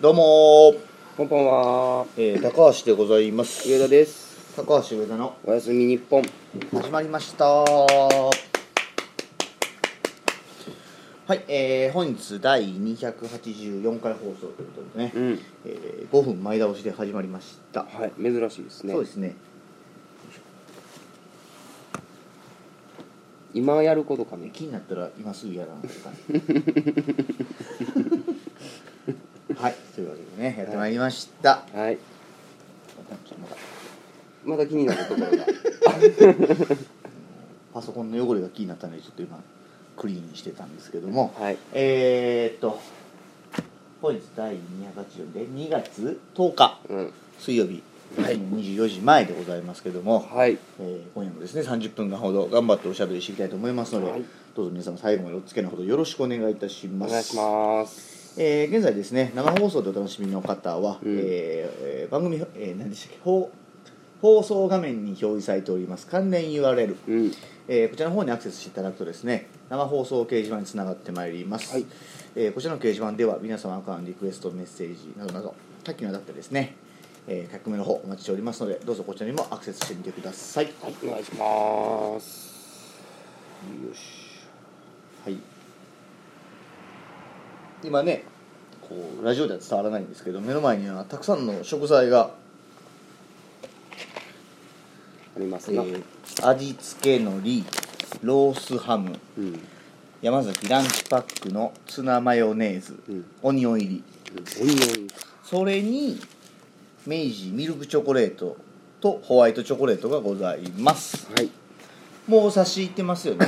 どうもー、こんばんは。えー高橋でございます上田です。高橋上田のおやすみ日本。始まりましたはい、えー、本日第284回放送ということでね、うん。えー5分前倒しで始まりました、はい、珍しいですね。そうですね今やることかね。気になったら今すぐやらないと かはいというわけでねやってまいりました、はい。ちょっとまだまだ気になるところが。パソコンの汚れが気になったのでちょっと今クリーンにしてたんですけども、 はい。えー、っと本日第284で2月10日うん。水曜日、はい、24時前でございますけども、はい。えー今夜もですね30分間ほど頑張っておしゃべりしていきたいと思いますので、はいどうぞ皆様最後までお付き合いのほどよろしくお願いいたしおます願いします。えー現在ですね生放送でお楽しみの方は、うんえーえー番組、えー何でしたっけ放放送画面に表示されております関連 URL、うん。えーこちらの方にアクセスしていただくとですね生放送掲示板につながってまいります、はいえーこちらの掲示板では皆様からのリクエストメッセージなどなど多岐にわたってですね、えー、革命の方お待ちしておりますのでどうぞこちらにもアクセスしてみてくださいよはい、お願いします。しはい今ねこうラジオでは伝わらないんですけど目の前にはたくさんの食材が、ありますえな。ー味付けのりロースハムうん。山崎ランチパックのツナマヨネーズ、うんオニオン入り全然。それに明治ミルクチョコレートとホワイトチョコレートがございますはい。もう差し入ってますよ ね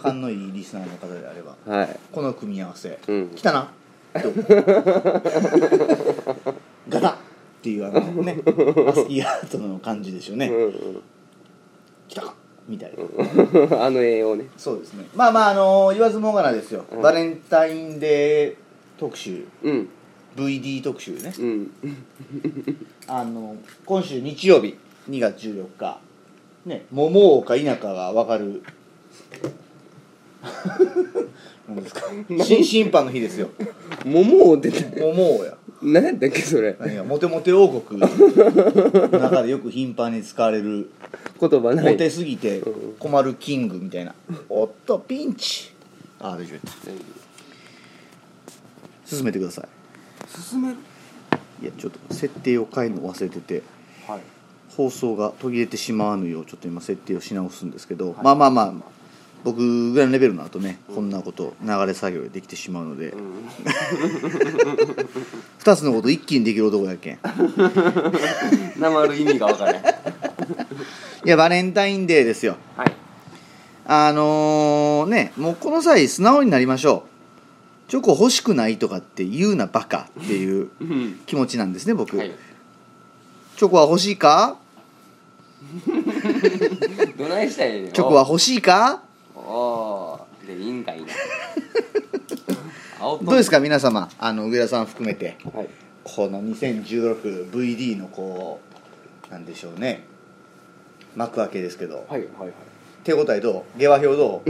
勘のいいリスナーの方であればはい。この組み合わせ、うん来たなと ガラッっていうあのねアスキーアートの感じでしょうね、うん来たかみたいな、うん。 あの栄養ね。そうですねまあまああの言わずもがなですよ、バレンタインデー特集うん。 VD 特集ねうん。あの今週日曜日2月14日ね桃をか否かが分かる何ですか新審判の日ですよ桃を出て。桃をや何やったっけ、それ。何がモテモテ王国の中でよく頻繁に使われる言葉なモい。テすぎて困るキングみたいなおっとピンチあ大丈夫進めてくださ進める。いいやちょっと設定を変えるの忘れててはい。放送が途切れてしまわぬようちょっと今設定をし直すんですけど、まあまあまあ僕ぐらいのレベルの後ね、こんなこと流れ作業でできてしまうので、ん 二つのこと一気にできる男やけんなまる意味がわからない。いやバレンタインデーですよはい。あのーねもうこの際素直になりましょうチョコ欲しくないとかって言うなバカっていううん。気持ちなんですね僕、はい。チョコは欲しいかどないしたらええねんチョコは欲しいかおおーでいい んかいな青どうですか皆様あの上田さん含めてはいこの 2016VD のこうなんでしょうね幕開けですけどはいはいはい手応えどう下馬評ど う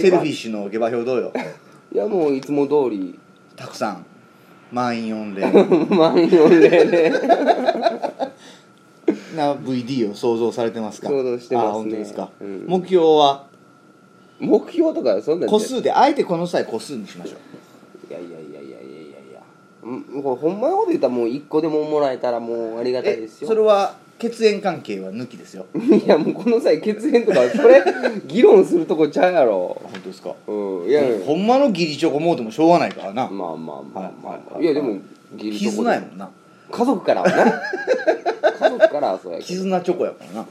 セルフィッシュの下馬評 どうよいやもういつも通りたくさん満員御礼 満員御礼で な VD を想像されてますか想像してますねあ本当ですか、うん目標は目標とかそんなん個数であえてこの際個数にしましょういやいやいやいやいやいやいやうんこれほんまのこと言ったらもう一個でももらえたらもうありがたいですよそれは血縁関係は抜きですよいやもうこの際血縁とかそれ 議論するとこちゃうやろ本当ですかうんいやいやほんまの義理チョコもうてもしょうがないからなまあまあまあまはいはいあはいいやでもギリとこ絆やもんな家族からはな 家族からはそうやけど絆チョコやから な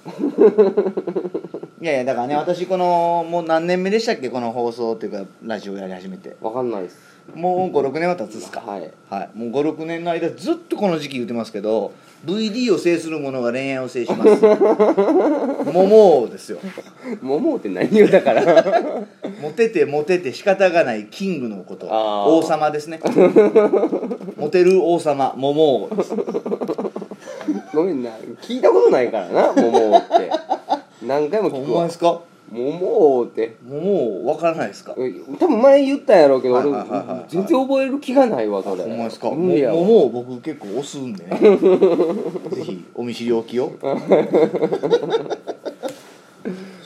いやいやだからね私このもう何年目でしたっけこの放送っていうかラジオやり始めてわかんないっすもう56年は経つっすかはいはい、もう56年の間ずっとこの時期言ってますけど VD を制する者が恋愛を制します 桃ですよ桃って何よだから モテてモテて仕方がないキングのことあー王様です ねモテる王様桃王ですごめんな聞いたことないからな桃って何回もほ聞んくまわですか桃ってもう分からないですかえ多分前言ったんやろうけどはい俺はいはいはい全然覚える気がないわそれほんまですかも無理やわ桃を僕結構押すんでね ぜひお見知りおき を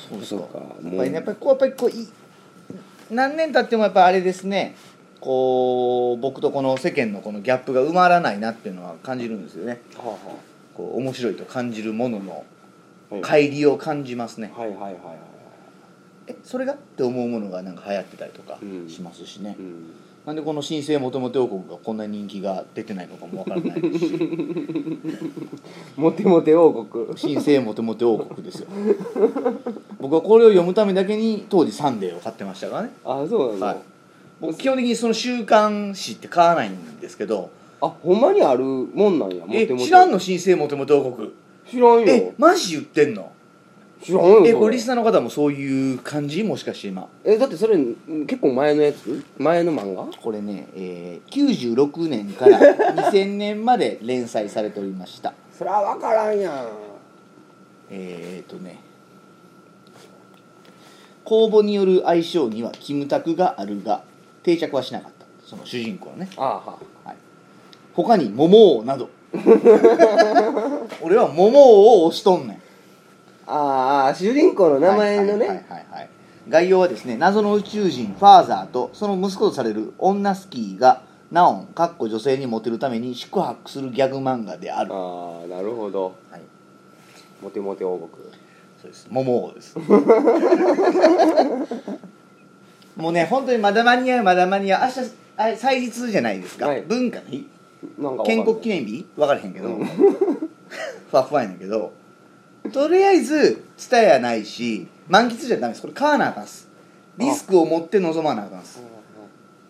そうですそうかかやっもぱうりねやっぱりこうやっぱりこうい何年経ってもやっぱあれですねこう僕とこの世間のこのギャップが埋まらないなっていうのは感じるんですよねはあはこう面白いと感じるもののあはい乖離を感じますね、はいはいはいはいはいえそれがって思うものがなんか流行ってたりとかうんしますしね、うんなんでこの新生もともと王国がこんな人気が出てないのかもわからないですしモテモテ王国新生もともと王国ですよ 僕はこれを読むためだけに当時「サンデー」を買ってましたからね、あそうなはいの、僕基本的にその週刊誌って買わないんですけどあほんまにあるもんなんやモえテモテ知らんの新生もともと王国知らんえよマジ言ってんの知らんよえこそれれリスナーの方もそういう感じもしかして今えだってそれん結構前のやつ前の漫画これね、えー、96年から2000年まで連載されておりましたそりゃ分からんやんえー、とね公募による愛称にはキムタクがあるが定着はしなかったその主人公はねあは他に「桃王」な ど俺は「桃王」を推しとんねんあーあー主人公の名前のはいはいねはいはいはい概要はですね謎の宇宙人ファーザーとその息子とされる女スキーがナオンかっこ女性にモテるために宿泊するギャグ漫画である、はああなるほどい、モテモテ王国そうです桃王ですもうね本当にまだ間に合うまだ間に合う明日あれ祭日じゃないですか、はい文化の日なんか建国記念念日分からへんけど、うふわ ふわやねんけどとりあえず伝えやないし満喫じゃダメですこれ買わなあかんっすリスクを持って臨まなあかんっす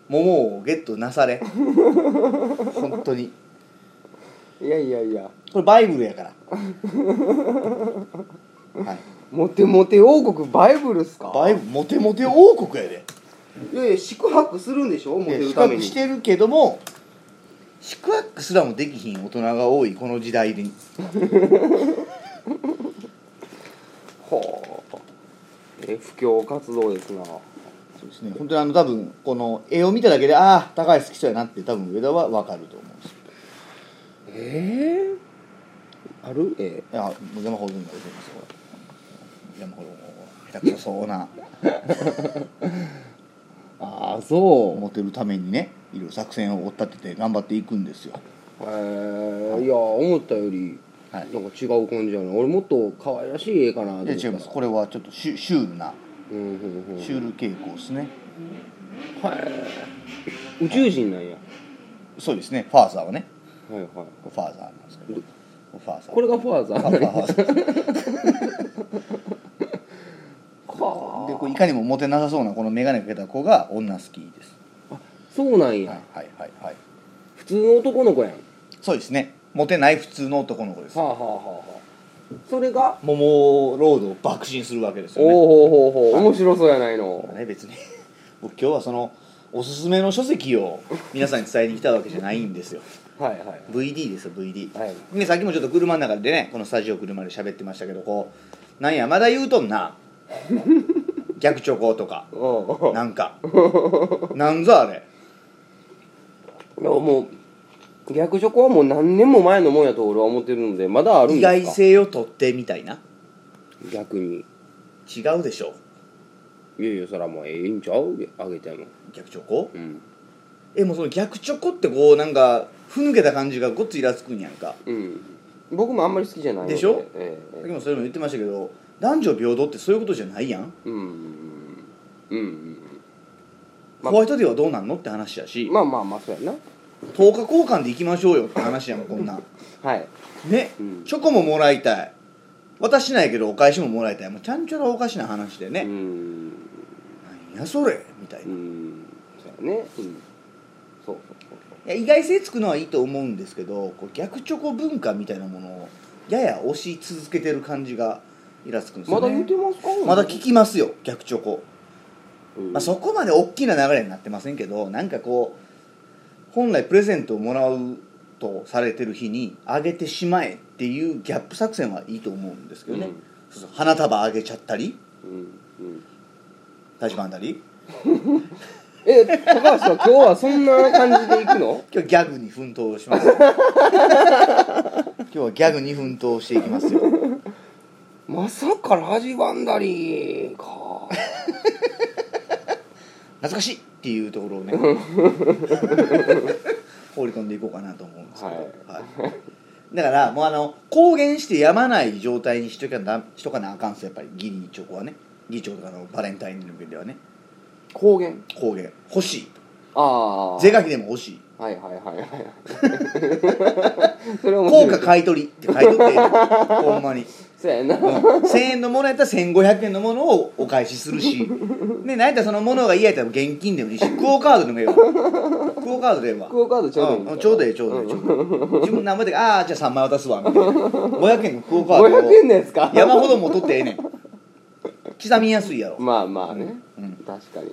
桃をゲットなされ本当にいやいやいやこれバイブルや からはいモテモテ王国バイブルっすかバイブモテモテ王国やでいやいや宿泊するんでしょモテる宿ため泊にしてるけども宿泊すらもできひん大人が多いこの時代にほうえ布教活動ですなそうですね本当にあの多分この絵を見ただけでああ高橋好きそうやなって多分上田は分かると思うんですええあるえいやもう山ほどになると思いますよこれ山ほどもう下手くそそうなああそうモテるためにねいろいろ作戦を追っ立てて頑張っていくんですよへえいや思ったよりはないんか違う感じやな俺もっと可愛らしい絵かなと思っいたや違いますこれはちょっとシュシュールなうんうんうんシュール傾向ですねはい宇宙人なんやそうですねファーザーはねはいはいファーザーなんですけどファーザーこれがファーザファーザーーファーザーでこういかにもモテなさそうなこの眼鏡かけた子が女好きですそうなんはやいはいはいはい普通の男の子やんはそうですねモテない普通の男の子ですあはあはあはあそれが桃ロードを爆心するわけですおよねおほうほうほうはい面白そうやないのね別に 僕今日はそのおすすめの書籍を皆さんに伝えに来たわけじゃないんですよはいはい VD ですよ VD、はいね、さっきもちょっと車の中でねこのスタジオ車で喋ってましたけどこうなんやまだ言うとんな 逆チョコとかうんなん かなんぞあれいやもう逆チョコはもう何年も前のもんやと俺は思ってるのでまだあるん意ですか外性を取ってみたいな逆に違うでしょいやいやそらもうええんちゃうあげても逆チョコうんえもうその逆チョコってこうなんかふぬけた感じがごっつイラつくんやんかうん僕もあんまり好きじゃないのでしょええさっえきもそれも言ってましたけど男女平等ってそういうことじゃないやん、えうんうんうんまあホワイトデーはどうなんのって話やし、まあまあまあそうやな10日交換で行きましょうよって話やんこん なんはいね、うんチョコももらいたい渡しないけどお返しももらいたいもうちゃんちょらおかしな話でうね、んなんやそれみたいな、ういんそうやねうんそうそうそうや意外性つくのはいいと思うんですけどこう逆チョコ文化みたいなものをやや押し続けてる感じがイラつくんですまよ、ね、だ言うてますかまだ聞きますよ逆チョコ、うんまあ、そこまで大きな流れになってませんけどなんかこう本来プレゼントをもらうとされてる日にあげてしまえっていうギャップ作戦はいいと思うんですけどね、うんそうそう花束あげちゃったりうんうん立ち番だりえ高橋は今日はそんな感じで行くの今日ギャグに奮闘 します今日はギャグに奮闘していきますよまさかラジバンダリーか懐かしいっていうとこ ろをね放り込んでいこうかなと思うんですけど、はいだからもうあの公言してやまない状態にしとかなしとかなあかんすよやっぱりギリチョコはねギリチョコとかのバレンタインに向けてはね高原公言欲しいああ是が非でも欲しいはいはいはいはい それは面白効果い買い取りって買い取ってほんまに、そうやな、うん、1000円のものやったら1500円のものをお返しする しで何やったらそのものが嫌やったら現金でもいいしクオ・カードでもええわクオ・カードでええわクオカードちょうどいいみたいんなちょうどええちょうどええちょうどええ自分何枚でああじゃあ3枚渡 すわみたいな500円のクオ・カード500円のをやつか山ほども取ってええねん刻みやすいやろ、まあまあね、うん確かに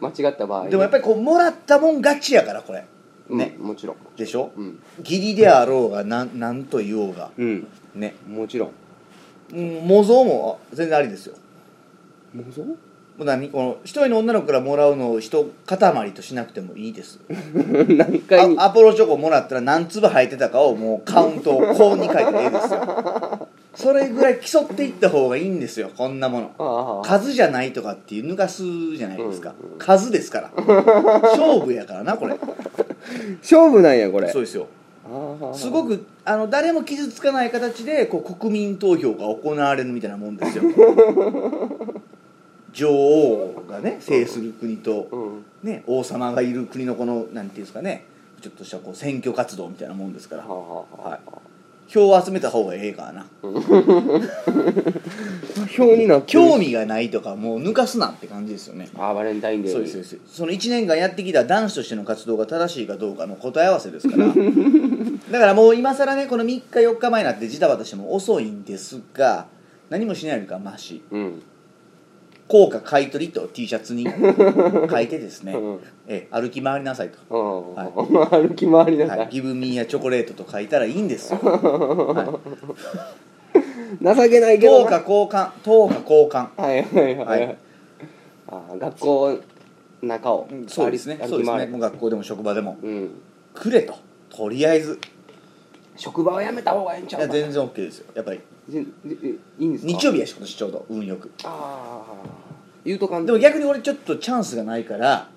間違った場合でもやっぱりりこうもらったもん勝ちやからこれねもちろんでしょ、うん義理であろうがなんなんと言おうがうんねもちろんうん模造もあ全然ありですよ模造もう何この一人の女の子からもらうのを一塊としなくてもいいです何回にあアポロチョコもらったら何粒入ってたかをもうカウント を高に書いてええですよそれぐらい競っていった方がいいんですよこんなものああ数じゃないとかっていう抜かすじゃないですか、うんうん数ですから勝負やからなこれ勝負なんやこれそうですよすいごくあの誰も傷つかない形でこう国民投票が行われるみたいなもんです よ女王がね制する国と、うんね、王様がいる国のこのなんていうんですかねちょっとしたこう選挙活動みたいなもんですからはあはあはあはい票を集めた方がええからな表になってる興味がないとかもう抜かすなって感じですよねああバレンタインデーそうにですそうですその1年間やってきた男子としての活動が正しいかどうかの答え合わせです からだからもう今更ねこの3日4日前になってジタバタしても遅いんですが何もしないよりかはマシうん 効果買い取りと T シャツに書いてですね、うんええ歩き回りなさいとうんはい歩き回りなさ はい、いギブミーやチョコレートと書いたらいいんですよ、 はい、情けないけど等な価交換等価交換はいはいはいははいいああ学校中をそうですね歩きそうですね歩き回もうる学校でも職場でもうんくれととりあえず職場を辞めた方がいいんちいゃうやか全然 OK ですよやっぱりぜぜいいんですか日曜日やし今年ちょうど運よくああ言うとかんでも逆に俺ちょっとチャンスがないから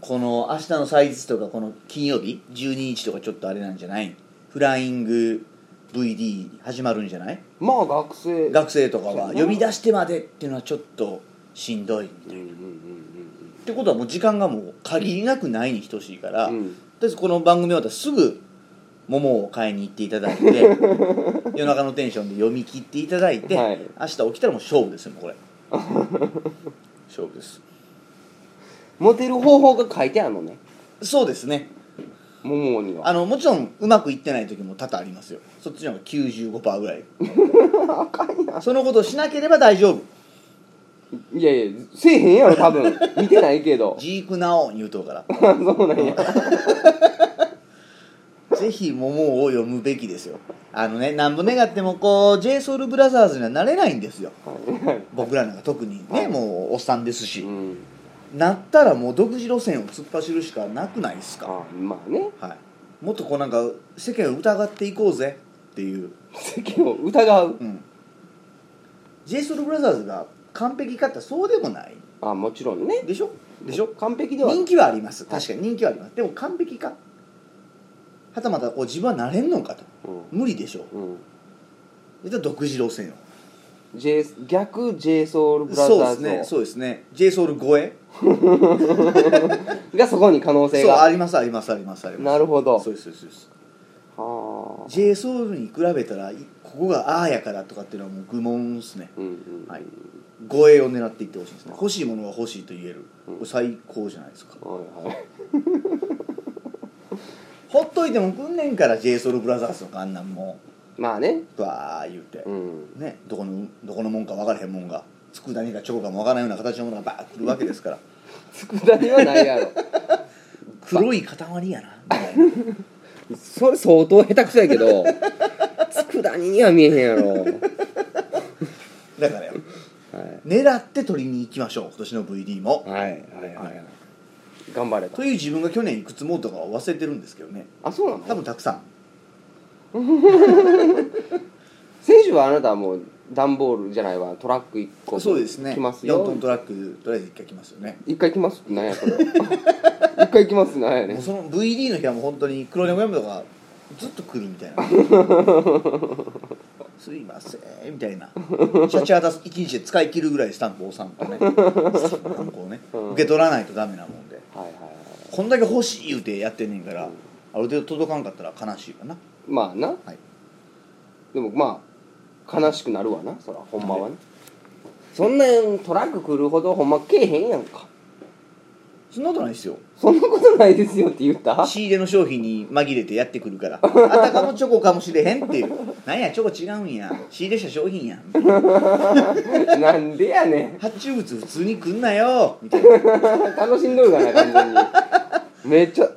この明日の祭日とかこの金曜日12日とかちょっとあれなんじゃないフライング VD 始まるんじゃないまあ学生学生とかはそう呼び出してまでっていうのはちょっとしんどいうんうんうんってことはもう時間がもう限りなくないに等しいから、うんうんとりあえずこの番組終わったらすぐ桃を買いに行っていただい て夜中のテンションで読み切っていただいて、はい明日起きたらもう勝負ですよもうこれ 勝負ですモテる方法が書いてあるのねそうですねももにはあのもちろんうまくいってない時も多々ありますよそっちの方が95%ぐらい そのことをしなければ大丈夫いやいやせえへんやろ多 分見てないけ どジークナオン言うとうからあ そうなんや ぜひ桃を読むべきですよあのねなんぼ願ってもこう j s o u l b r o t h e r s にはなれないんですよ僕らなんか特にねもうおっさんですし、うんなったらもう独自路線を突っ走るしかなくないですか、あまあねはい、もっとこうなんか世間を疑っていこうぜっていう、世間を疑ううん、j s o u l b r o t h e r s が完璧かってそうでもないあもちろんねでしょでしょ完璧では人気はあります確かに人気はありますでも完璧かはたまたこう自分はなれんのかとう無理でしょん、うん、じゃあ独自路線を J 逆 JSOULBROTHERS そうでをすねそうですね j s o u l 超えがそこに可能性そうがありますありますありますありますなるほどそうですそうですそうですはあ j s o u l に比べたらいここがああやからとかっていうのはもう愚問ですねうんうんはい護衛を狙っていってほしいですね欲しいものは欲しいと言えるこれ最高じゃないですかはいはいほっといてもくんねんから j s o u l b r o t h e r s とかあんなんもまあねうわー言うて うんね、どこのどこのもんか分からへんもんが佃煮かチョコかも分からんような形のものがバーッとくるわけですから佃煮はないやろ黒い塊やなみたいなそれ相当下手くそやけ ど佃煮には見えへんやろだからよはい狙って取りに行きましょう今年の VD も、はいはいははいい頑張れとという自分が去年いくつもとかは忘れてるんですけどねあそうなの多分たくさん選手はあなたはもう段ボールじゃないわトラック1個そうですね来ます4よトントラックとりあえず1回来ますよね一回来ますってなんやそれ 一回来ますってなんやもねうんその VD の日はもう本当に黒猫山とかずっと来るみたいな すいませんみたいなシャチハタ一日で使い切るぐらいスタンプ押さんとねスタンプをねうん受け取らないとダメなもんではいはいはいこんだけ欲しい言うてやってんねんからある程度届かんかったら悲しいかなまあな、はいでもまあ悲しくなるわなそらほんまはねそんなんトラック来るほどほんまけえへんやんかそんなことないですよそんなことないですよって言った 仕入れの商品に紛れてやってくるからあたかもチョコかもしれへんっていうなんやチョコ違うんや仕入れした商品やみたいななんでやねん発注物普通に来んなよみたいな楽しんどるがな完 全にめっちゃ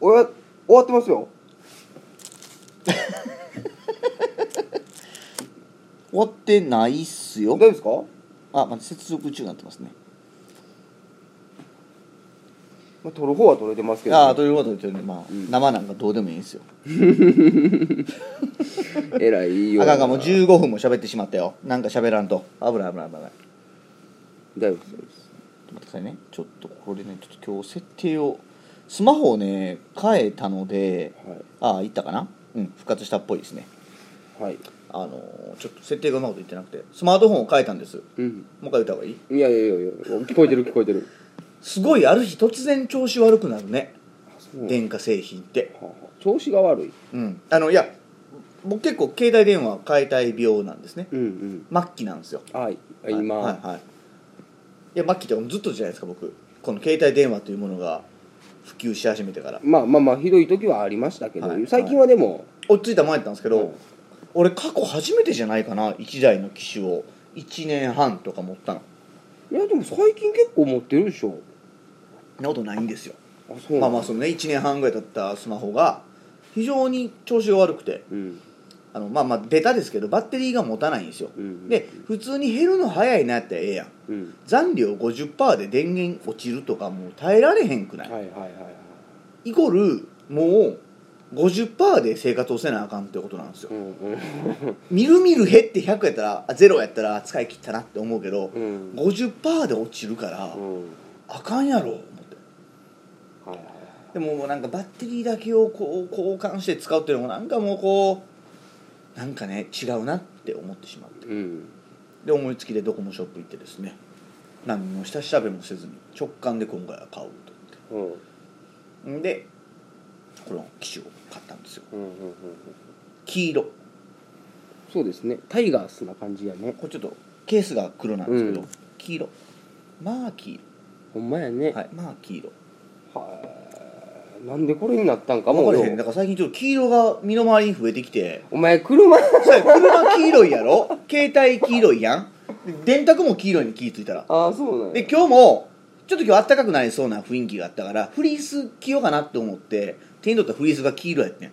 おや終わってますよ終わってないっす大よ丈夫ですかあまだ接続中になってますねまあ、取る方は取れてますけど、ああということで、まあうん生なんかどうでもいいんですよえらいよあかんかもう15分も喋ってしまったよなんか喋らんと危ない危ない危ない大丈夫です大丈夫です待ってくださいねちょっとこれねちょっと今日設定をスマホをね変えたのでああいったかなうん復活したっぽいですねはいはいあのーちょっと設定がうまくいってなくてスマートフォンを変えたんですもうんう一回言った方がいいいやいやいやいや聞こえてる聞こえてるすごいある日突然調子悪くなるねあそう電化製品ってはあはあ調子が悪いうんあのいや僕結構携帯電話変えたい病なんですねうんうん末期なんですよはい今、はいはいはいいや末期ってもうずっとじゃないですか僕この携帯電話というものが普及し始めてからまあまあまあひどい時はありましたけど、はい最近はでも、落ち着いた前やったんですけど、はい俺過去初めてじゃないかな1台の機種を1年半とか持ったのい、やでも最近結構持ってるでしょそんなことないんですよ、あそうまあまあそそのね1年半ぐらい経ったスマホが非常に調子が悪くてうんあのまあまあベタですけどバッテリーが持たないんですよ、うんで普通に減るの早いなってええやんうん残量50%で電源落ちるとかもう耐えられへんくな、はいいはいはいはいイコールもう50%で生活をせなあかんってことなんですようんうんみるみる減って100やったらあ0やったら使い切ったなって思うけど、うん50%で落ちるから、うんあかんやろ思ってはいはいでももうなんかバッテリーだけをこう交換して使うっていうのもなんかもうこうなんかね違うなって思ってしまってうんで思いつきでドコモショップ行ってですね何も下調べもせずに直感で今回は買おうとうん思ってんでこの機種を買ったんですようんうんうん黄色そうですねタイガースな感じやねこれちょっとケースが黒なんですけど、うん黄色まあ黄ほんまやね色はいまあ黄色はいなんでこれになったんかも分かれへんよだうから最近ちょっと黄色が身の回りに増えてきてお前車あそれ車黄色いや ろ携帯黄色いやんで電卓も黄色いに気ぃ付いたらあそうなんやで今日もちょっと今日暖かくなりそうな雰囲気があったからフリース着ようかなと思って手に取ったフリースが黄色やってん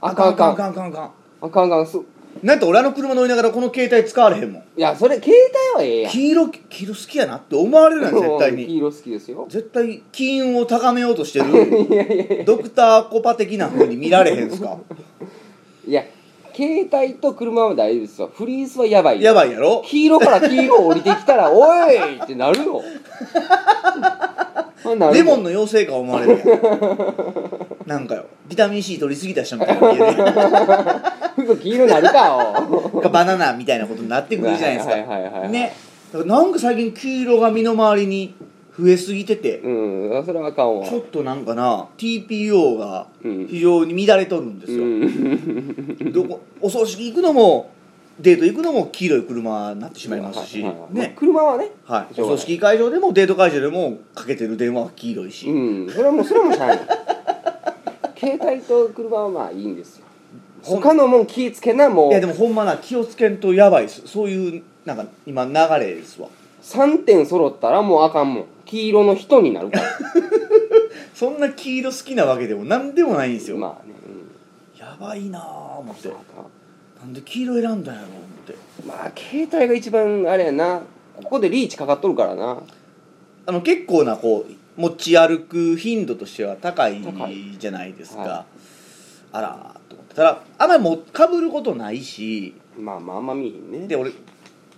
あかんあかんあかんあかんあかんあかんあかんすなんと俺あの車乗りながらこの携帯使われへんもんいやそれ携帯はええやん黄色黄色好きやなって思われるやん絶対うんに黄色好きですよ絶対金運を高めようとして るドクターコパ的な風に見られへんすかいや携帯と車は大丈夫ですよフリースはやばいよやばいやろ黄色から黄色降りてきたら 「おい!」ってなるよなるレモンンの妖精か思われる やんなんかよビタミン C 取りすぎた人みたいな見え るや服黄色なるかよんかバナナみたいなことになってくるじゃないですはいはいはいはかいねだからなんか最近黄色が身の回りに増えすぎてて、うんそれはあかんわちょっとなんかな TPO がうん非常に乱れとるんですうよ、んどこお葬式行くのもデート行くのも黄色い車になってしまいますし、はいはいはいまあね車はねはい、しょうおがない葬式会場でもデート会場でもかけてる電話は黄色いし、うんそれはもうそれはもうしゃあない携帯と車はまあいいんですよそ他のもん気ぃつけなもういやでもほんまな気をつけんとやばいですそういうなんか今流れですわ3点揃ったらもうあかんもん黄色の人になるからそんな黄色好きなわけでも何でもないんですよ、まあね、うんやばいなぁ思ってあかなんんで黄色選んだんやろう思ってまあ携帯が一番あれやなここでリーチかかっとるからなあの結構なこう持ち歩く頻度としては高い高いじゃないですか、はあらーと思ってたらあんまりもかぶることないしまあまああんま見えへんねで俺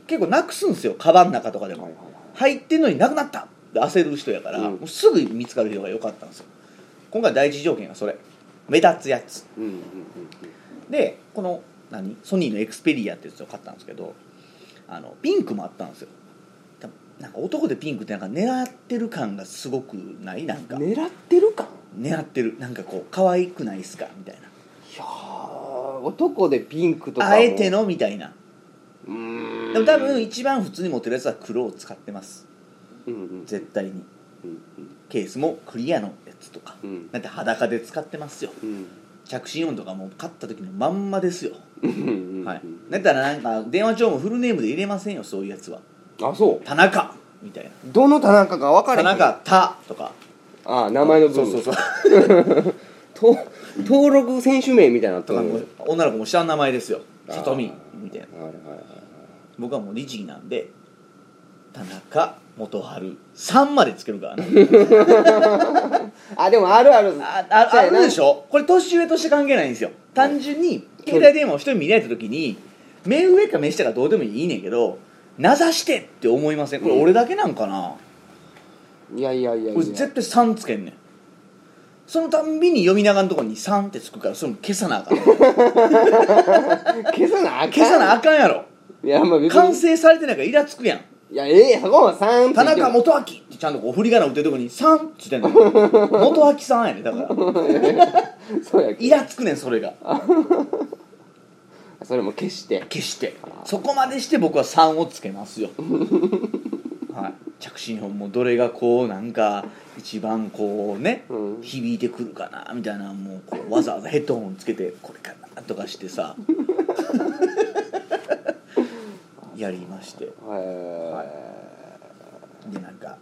結構なくすんですよカバンの中とかではいも、はいはい入ってんのになくなったって焦る人やから、うんもうすぐ見つかる人が良かったんですよ今回第一条件がそれ目立つやつうんうんうんでこの何ソニーのエクスペリアってやつを買ったんですけどあのピンクもあったんですよ多分なんか男でピンクってなんか狙ってる感がすごくないなんか、うん狙ってるか狙ってるなんかこう可愛くないっすかみたいいやー男でピンクとかなもあえてのみたいなうーんでも多分一番普通に持ってるやつは黒を使ってますうんうん絶対にうんケースもクリアのやつとかうんうんだって裸で使ってますようん着信音とかも買った時のまんまですよ、うんうんはい、だったらなんか電話帳もフルネームで入れませんよそういうやつはあそう田中みたいなどの田中か分か田れへん中田とかああ名前の部分そうそうそう と登録選手名みたいなのととかかももう女の子も下の名前ですよあーさとみみたいなはいはいはい僕はもう律儀なんで田中元春3までつけるからなあでもあるあるああそうあやなるでしょこれ年上として関係ないんですよ単純に携帯電話を人に見られた時に目上か目下かどうでもいいねんけど名指してって思いませんこれ俺だけなんかな、いやいやいやいや俺絶対3つけんねんそのたんびに読みながらのとこに3ってつくからそれも消さなあかん消消さなあかんさなあかんやろいやまあ別完に成されてないからイラつくやんいやええそこは3田中元明ってちゃんとこう振り仮名打ってるとこに「さん」っつってんの元明さんやねだからそうやイラつくねんそれがそれも消して決してそこまでして僕は「3」をつけます よはい着信音もどれがこうなんか一番こうね、うん響いてくるかなみたいなもうこうわざわざヘッドホンつけてこれかなとかして さやりましてはでなんか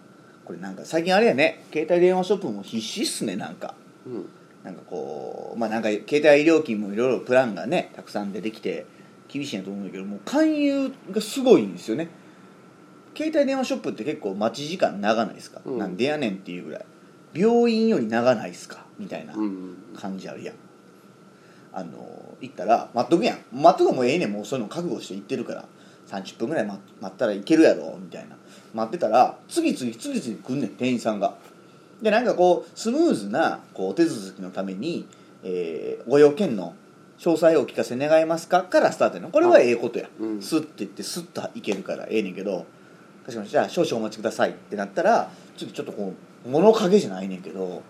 これなんか最近あれやね携帯電話ショップも必死っすねなんかいうんなんかこうまあなんか携帯料金もいろいろプランがねたくさん出てきて厳しいなと思うんだけどもう勧誘がすごいんですよね携帯電話ショップって結構待ち時間長ないですか、うんなんでやねんっていうぐらい病院より長ないですかみたいなうん感じあるやんあの行ったら待っとくやん待っとくのもうええねんもうそういうの覚悟して行ってるから30分ぐらい待待ったらいけるやろみたいな待ってたら次々次々来んねん店員さんがでなんかこうスムーズなこうお手続きのために、えーご要件の詳細をお聞かせ願えますかからスタートやのこれはええことや、うんスッて言ってスッといけるからええねんけどかしこまりましたじゃあ少々お待ちくださいってなったら次ちょっとこう物陰じゃないねんけど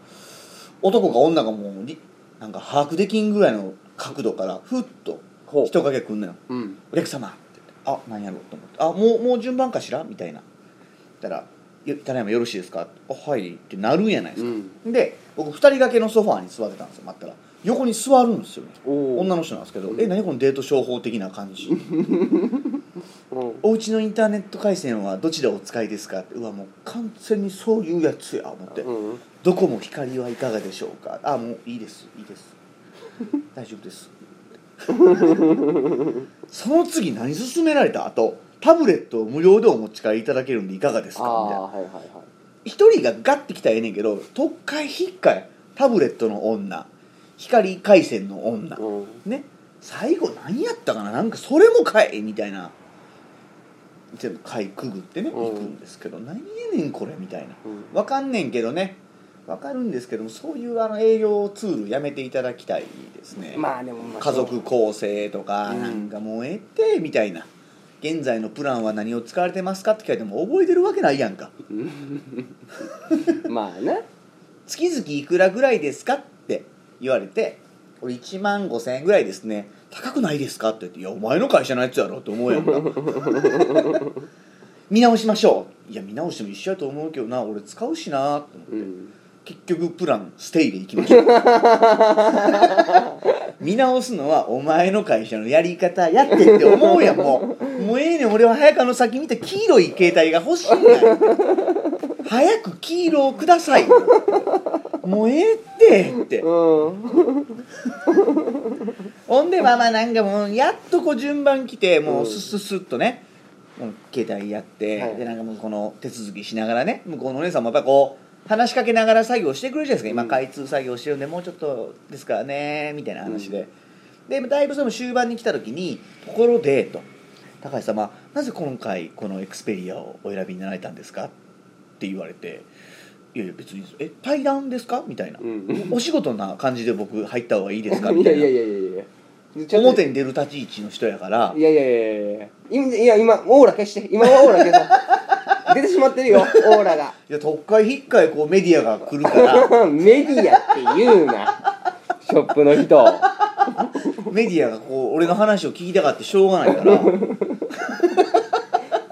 男か女かもうになんか把握できんぐらいの角度からふっとほう人影くんのようん「お客様」って言って「あなんやろ?」と思って「あもうもう順番かしら?」みたいな言ったら「よただいまよろしいですか?」あはい」ってなるんやないですか、うんで僕2人掛けのソファーに座ってたんですよ待ったら横に座るんですよねお女のの人なんですけど「え何このデート商法的な感 じ」うんお家のインターネット回線はどちらお使いですかってうわもう完全にそういうやつや思って、うんどこも光はいかがでしょうかあもういいですいいです大丈夫です その次何勧められたあとタブレットを無料でお持ち帰りいただけるんでいかがですあかみたいあなはいはいは一人がガッてきたらええねんけど特会引っかいタブレットの女光回線の女、いうんね最後何やったかななんかそれもかいみたいな全部かいくぐってねう行んくんですけど、何やねんこれみたいなうんわかんねんけどねわかるんですけどもそういうあの営業ツールやめていただきたいですね、まあでもまあ家族構成とか、うんなんかもうええってみたいな現在のプランは何を使われてますかって聞かれても覚えてるわけないやんかまあな月々いくらぐらいですかって言われて俺1万5000円ぐらいですね高くないですかって言って「いやお前の会社のやつやろ」って思うやんか見直しましょういや見直しても一緒やと思うけどな俺使うしなって思って、 うん結局プランステイでいきましょう見直すのはお前の会社のやり方やってって思うやんもうもうええねん俺は早川の先見て黄色い携帯が欲しいんだよ早く黄色をくださいもうええってってうんほんでまあまあなんかもうやっとこう順番来てもうスッスッスッとね、うん携帯やって、はいでなんかもうこの手続きしながらね向こうのお姉さんもやっぱりこう話しかけながら作業してくれるじゃないですか、今うん開通作業してるんでもうちょっとですからねみたいな話で、でだいぶその終盤に来た時に「ところで」と「高橋様なぜ今回このエクスペリアをお選びになられたんですか?」って言われて「いやいや別にえ対談ですか?」みたいな、うんお仕事な感じで僕入った方がいいですか?」み いたやいいなやいやいやいや表に出る立ち位置の人やからいやいやいやいやいやいや今オーラ消して今はオーラ消そう出てしまってるよオーラがいや特会ひっかいこうメディアが来る から。メディアって言うなショップの人メディアがこう俺の話を聞きたかってしょうがないから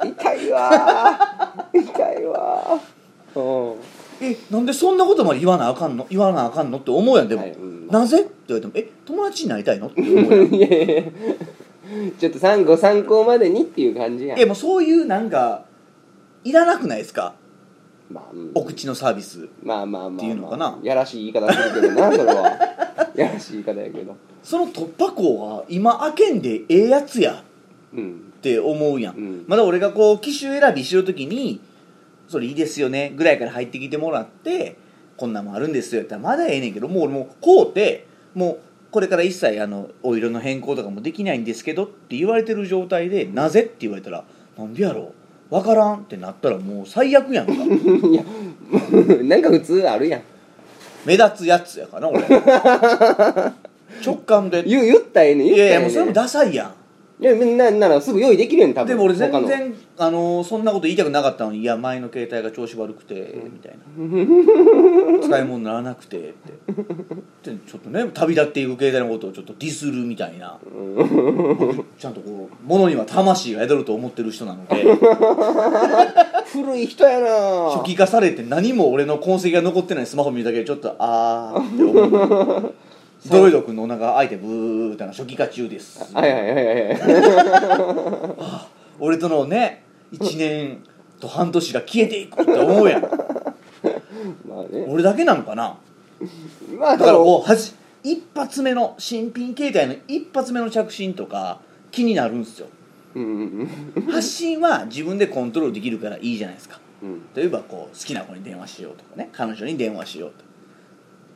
痛いわー痛いわーうんえなんでそんなことまで言わなあかんの言わなあかんのって思うやんでも、はいうんなぜって言われてもえ友達になりたいのって思う やんいやいやいやちょっと参ご参考までにっていう感じやんえもうそういうなんかいらなくないですかまあ、うんお口のサービスまあまあまあ、まあ、っていうのかなやらしい言い方するけどなそれはやらしい言い方やけどその突破口は今開けんでええやつやうんって思うやん、うんまだ俺がこう機種選びしようときにそれいいですよねぐらいから入ってきてもらってこんなんもあるんですよやったらまだええねんけどもう俺もうこうてもうこれから一切あのお色の変更とかもできないんですけどって言われてる状態で「なぜ?」って言われたら「なんでやろうわからん」ってなったらもう最悪 やんかいやなんか普通あるやん目立つやつやかな 俺直感で「い言う言ったらええねん言ったやらいええやもねうんそれもダサいやん」いやみんなならすぐ用意できるやん多分でも俺全他の然あのーそんなこと言いたくなかったのに「いや前の携帯が調子悪くて」みたいな「使い物にならなくて」ってでちょっとね旅立っていく携帯のことをちょっとディスるみたいなちゃんとこう物には魂が宿ると思ってる人なの で古い人やな初期化されて何も俺の痕跡が残ってないスマホ見るだけでちょっとあーって思うドロイド君のお腹開いてブーってな初期化中ですはいはいはいはいはい俺とのね1年と半年が消えていくって思うやんまあ ね俺だけなのかなまあだからこうはじ一発目の新品携帯の一発目の着信とか気になるんですようんうん発信は自分でコントロールできるからいいじゃないですかうん例えばこう好きな子に電話しようとかね彼女に電話しようと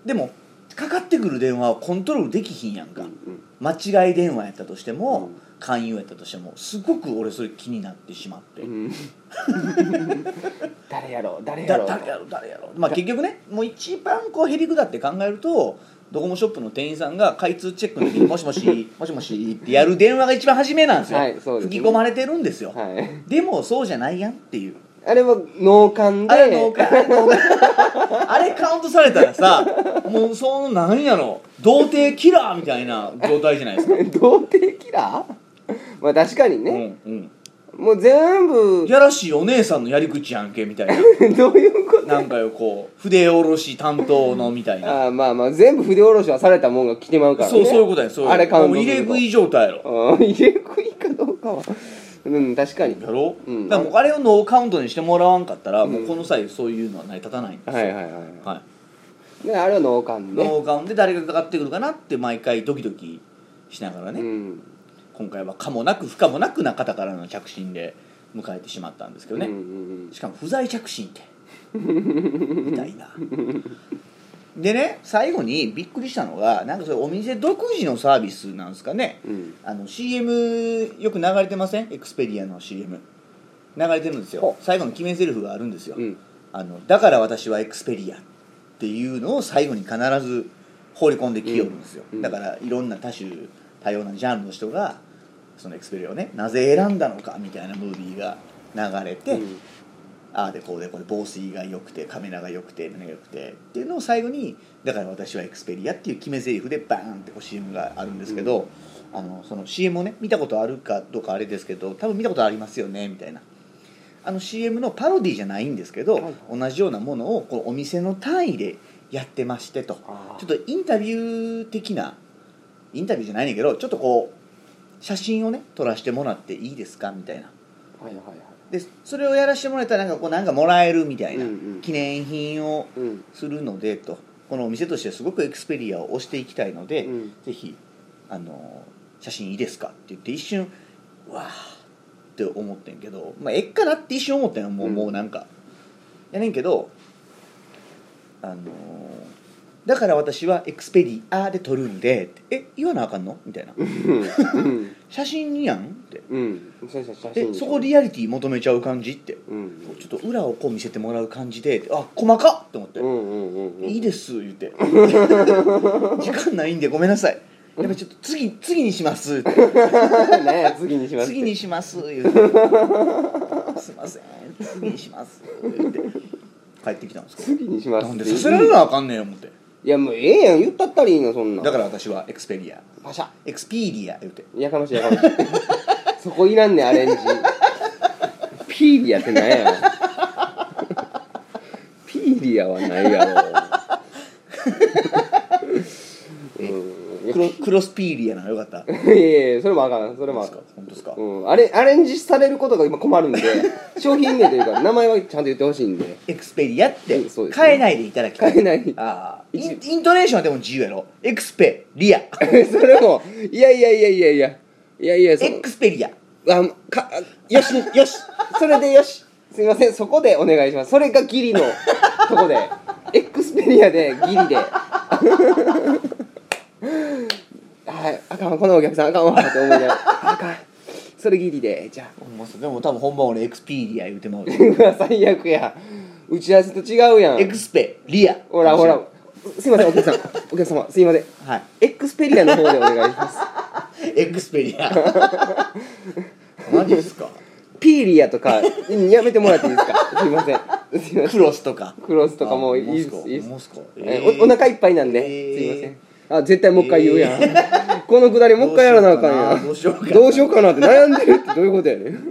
でもかかってくる電話をコントロールできひんやんか、うん間違い電話やったとしても、うん勧誘やったとしてもすごく俺それ気になってしまって、うん誰やろう誰やだろう誰やろ誰やろまあ結局ねもう一番こうへりくだって考えるとドコモショップの店員さんが開通チェックの時 に「もしもしもしもし」ってやる電話が一番初めなんですよ、はいそうですね吹き込まれてるんですよ、はいでもそうじゃないやんっていうあれは脳幹であれのあれの あれカウントされたらさもうそのなんやろ童貞キラーみたいな状態じゃないですか 童貞キラーまあ確かにね、うんもう全う部 ん、やらしいお姉さんのやり口やんけみたいなどういうことなんかよこう筆下ろし担当のみたいなあーまあまあ全部筆下ろしはされたもんが来てまうからねそうそういうことやそういうことあれカウンもトうす入れると食い状態やろあー入れ食いかどうかはうん確かにやろ、うんだからもうあれをノーカウントにしてもらわんかったら、もうこの際そういうのは成り立たないんですはよ、いはいははいいであれは脳幹ねノーカウントで誰がかかってくるかなって毎回ドキドキしながらね、うん今回は可もなく不可もなくな方からの着信で迎えてしまったんですけどね、うんうんしかも不在着信って みたいなでね最後にびっくりしたのがなんかそれお店独自のサービスなんですかね、うんあの CM よく流れてませんエクスペディアの CM 流れてるんですよほう最後の決め台詞があるんですよ、うんあのだから私はエクスペディアっていうのを最後に必ず放り込んできよるんですよ、うんうんだからいろんな多種多様なジャンルの人がそのエクスペディアをねなぜ選んだのかみたいなムービーが流れて、うんああでこうでこれ防水が良くてカメラが良くて何が良くてっていうのを最後にだから私はエクスペリアっていう決め台詞でバーンってこう CM があるんですけど、あのその CM をね見たことあるかどうかあれですけど多分見たことありますよねみたいなあの CM のパロディじゃないんですけど、はいはい同じようなものをこのお店の単位でやってましてとあーちょっとインタビュー的なインタビューじゃないねんだけどちょっとこう写真をね撮らせてもらっていいですかみたいなはいはいはいでそれをやらせてもらえたらなんかこうなんかもらえるみたいな、うんうん記念品をうんするのでとこのお店としてすごくエクスペリアを推していきたいので、うんぜひあの写真いいですかって言って一瞬うわーって思ってんけど、まあ、えっかなって一瞬思ったんよもう,、うんもうなんかやねんけどあのーだから私はエクスペディアで撮るんでってえ言わなあかんのみたいなうん写真やんってうん写真写真えそこリアリティ求めちゃう感じってうんちょっと裏をこう見せてもらう感じであ細かっと思ってうんうんうんうんいいです言って 時間ないんでごめんなさいやっぱちょっと次次にしますって何や次にします次にします言うて すいません次にします言って帰ってきたんですけ次にしまどすなんでさせられなあかんねん思っていやもうええやん言ったったらいいのそんなんだから私はエクスペリアパシャエクスピーディア言うてやかましいやかましいそこいらんねんアレンジピーリアってなんやろピーリアはないやろうんいやクロクロスピーディアならよかった いやいやそれもあかんそれもあかん本当ですかうん、アレアレンジされることが今困るんで商品名というか名前はちゃんと言ってほしいんで エクスペリアってうんそうですね変えないでいただきたい変えないああインイントネーションはでも自由やろエクスペリアそれもいやいやいやいやいやいやいやそエのクスペリアあかあよしよしそれでよしすいませんそこでお願いしますそれがギリのとこでエクスペリアでギリで はいあかんわこのお客さんあかんわって思いながらあかんそれギリでじゃあ ほんまそうでも多分本番俺エクスピーディア言うてもううわ最悪や打ち合わせと違うやんエクスペリアほらほらすいませんお客さんお客様すいませんはいエクスペリアの方でお願いし ますエクスペリアマジっ すかピーリアとかうんやめてもらっていいですかすいませんすいませクんロスとかクロスとかもういいっあすいいっすモスコモスコええーーおお腹いっぱいなんで、えーすいませんあ絶対もう一回言うやん、 このくだりもう一回やらなあかんやんどうしようかなどうしようかなって悩んでるってどういうことやねん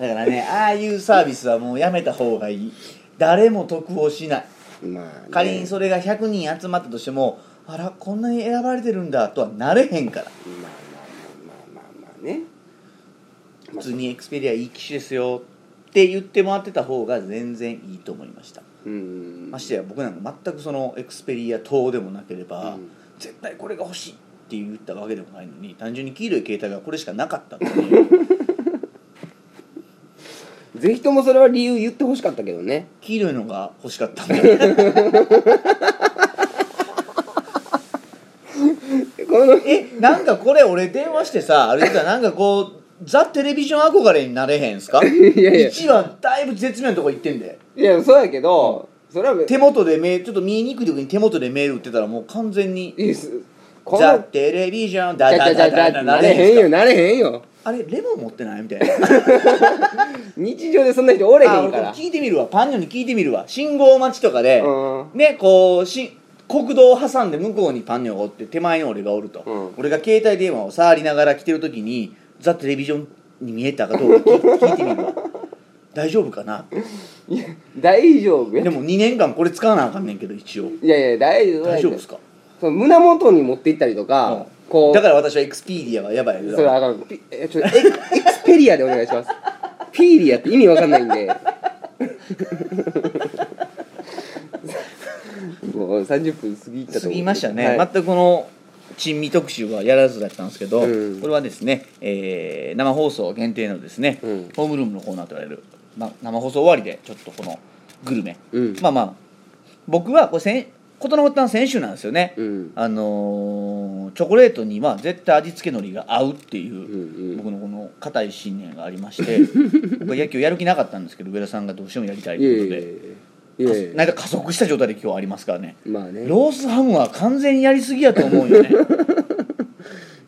だからねああいうサービスはもうやめた方がいい誰も得をしないま あ、ね、仮にそれが100人集まったとしてもあらこんなに選ばれてるんだとはなれへんからまあまあまあまあまあまあね普通にエクスペリアいい機種ですよって言ってもらってた方が全然いいと思いましたうんましてや僕なんか全くそのエクスペリア等でもなければ、うん絶対これが欲しいって言ったわけでもないのに単純に黄色い携帯がこれしかなかったって いうぜひともそれは理由言ってほしかったけどね黄色いのが欲しかったんでこの えなんかこれ俺電話してさあれたらなんかこうザ・テレビジョン憧れになれへんすかやいや1話だいぶ絶妙なとこ行ってんでいやそうやけど、それは手元で目ちょっと見えにくい時に手元でメール打ってたらもう完全にいいっすこザ・のテレビジョンちだゃだちゃちだゃちだゃだななれれへへんんよなれへんよあれレモン持ってないみたいな日常でそんな人おれへあ俺んこかれら聞いてみるわパンニョに聞いてみるわ信号待ちとかで、うねこうし国道を挟んで向こうにパンニョがおって手前に俺がおると、うん俺が携帯電話を触りながら来てる時にザ・テレビジョンに見えたかどうか聞聞いてみるわ大丈夫かなって大丈夫やでも2年間これ使わなあかんねんけど一応いやいや大丈夫大丈夫ですかその胸元に持って行ったりとか、うんこうだから私はエクスピーディアはやばいそれよあかんピえちょエクエクスペリアでお願いしますピーリアって意味わかんないんでもう30分過ぎたと思過うぎましたね、はい全くこの珍味特集はやらずだったんですけど、うんこれはですね、えー生放送限定のですね、うんホームルームのコーナーと言われる、ま、生放送終わりでちょっとこのグルメ、うんまあまあ僕はこれ先事の発端は先週なんですよね、うんあのーチョコレートには絶対味付け海苔が合うっていう、うんうん僕のこの固い信念がありまして 僕は野球やる気なかったんですけど上田さんがどうしてもやりたいといやいういこやといで。やいやいやなんか加速した状態で今日はありますからねまあねロースハムは完全にやりすぎやと思う よね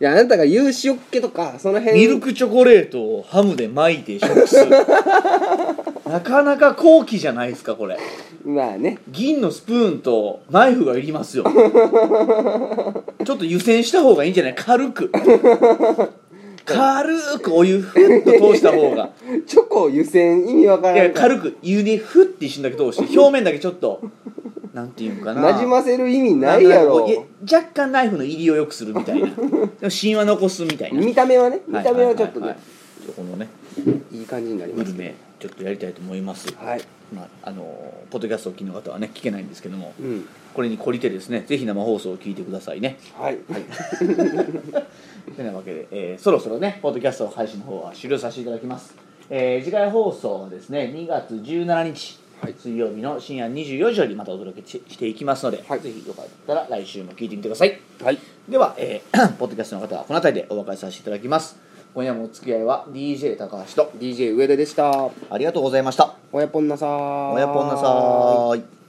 いやあなたが言う塩っ気とかその辺ミルクチョコレートをハムで巻いて食す なかなか高貴じゃないですかこれまあね銀のスプーンとナイフがいりますよちょっと湯煎した方がいいんじゃない軽 く軽くお湯ふっと通した 方がチョコを湯煎意味わからいんやから軽く湯にふって一瞬だけ通して表面だけちょっとなんていうんかななじませる意味ないやろんとなくこういや若干ナイフの入りを良くするみたいなでも芯は残すみたいな見た目はね見た目はちょっはいはいとね、はいはいそこのねいい感じになりグまルすねメちょっとやりたいと思います、はいまあ、あのポッドキャストをお聞きの方はね聞けないんですけどもうんこれに懲りてですねぜひ生放送を聞いてくださいねはいはいてなわけで、えーそろそろねポッドキャスト配信の方は終了させていただきます、えー次回放送はですね2月17日、はい水曜日の深夜24時よりまたお届けししていきますので、はいぜひよかったら来週も聞いてみてくださいはいでは、えー ポッドキャストの方はこの辺りでお別れさせていただきます今夜もお付き合いは DJ 高橋と DJ 上田でしたありがとうございましたおやぽんなさーいおやぽんなさーい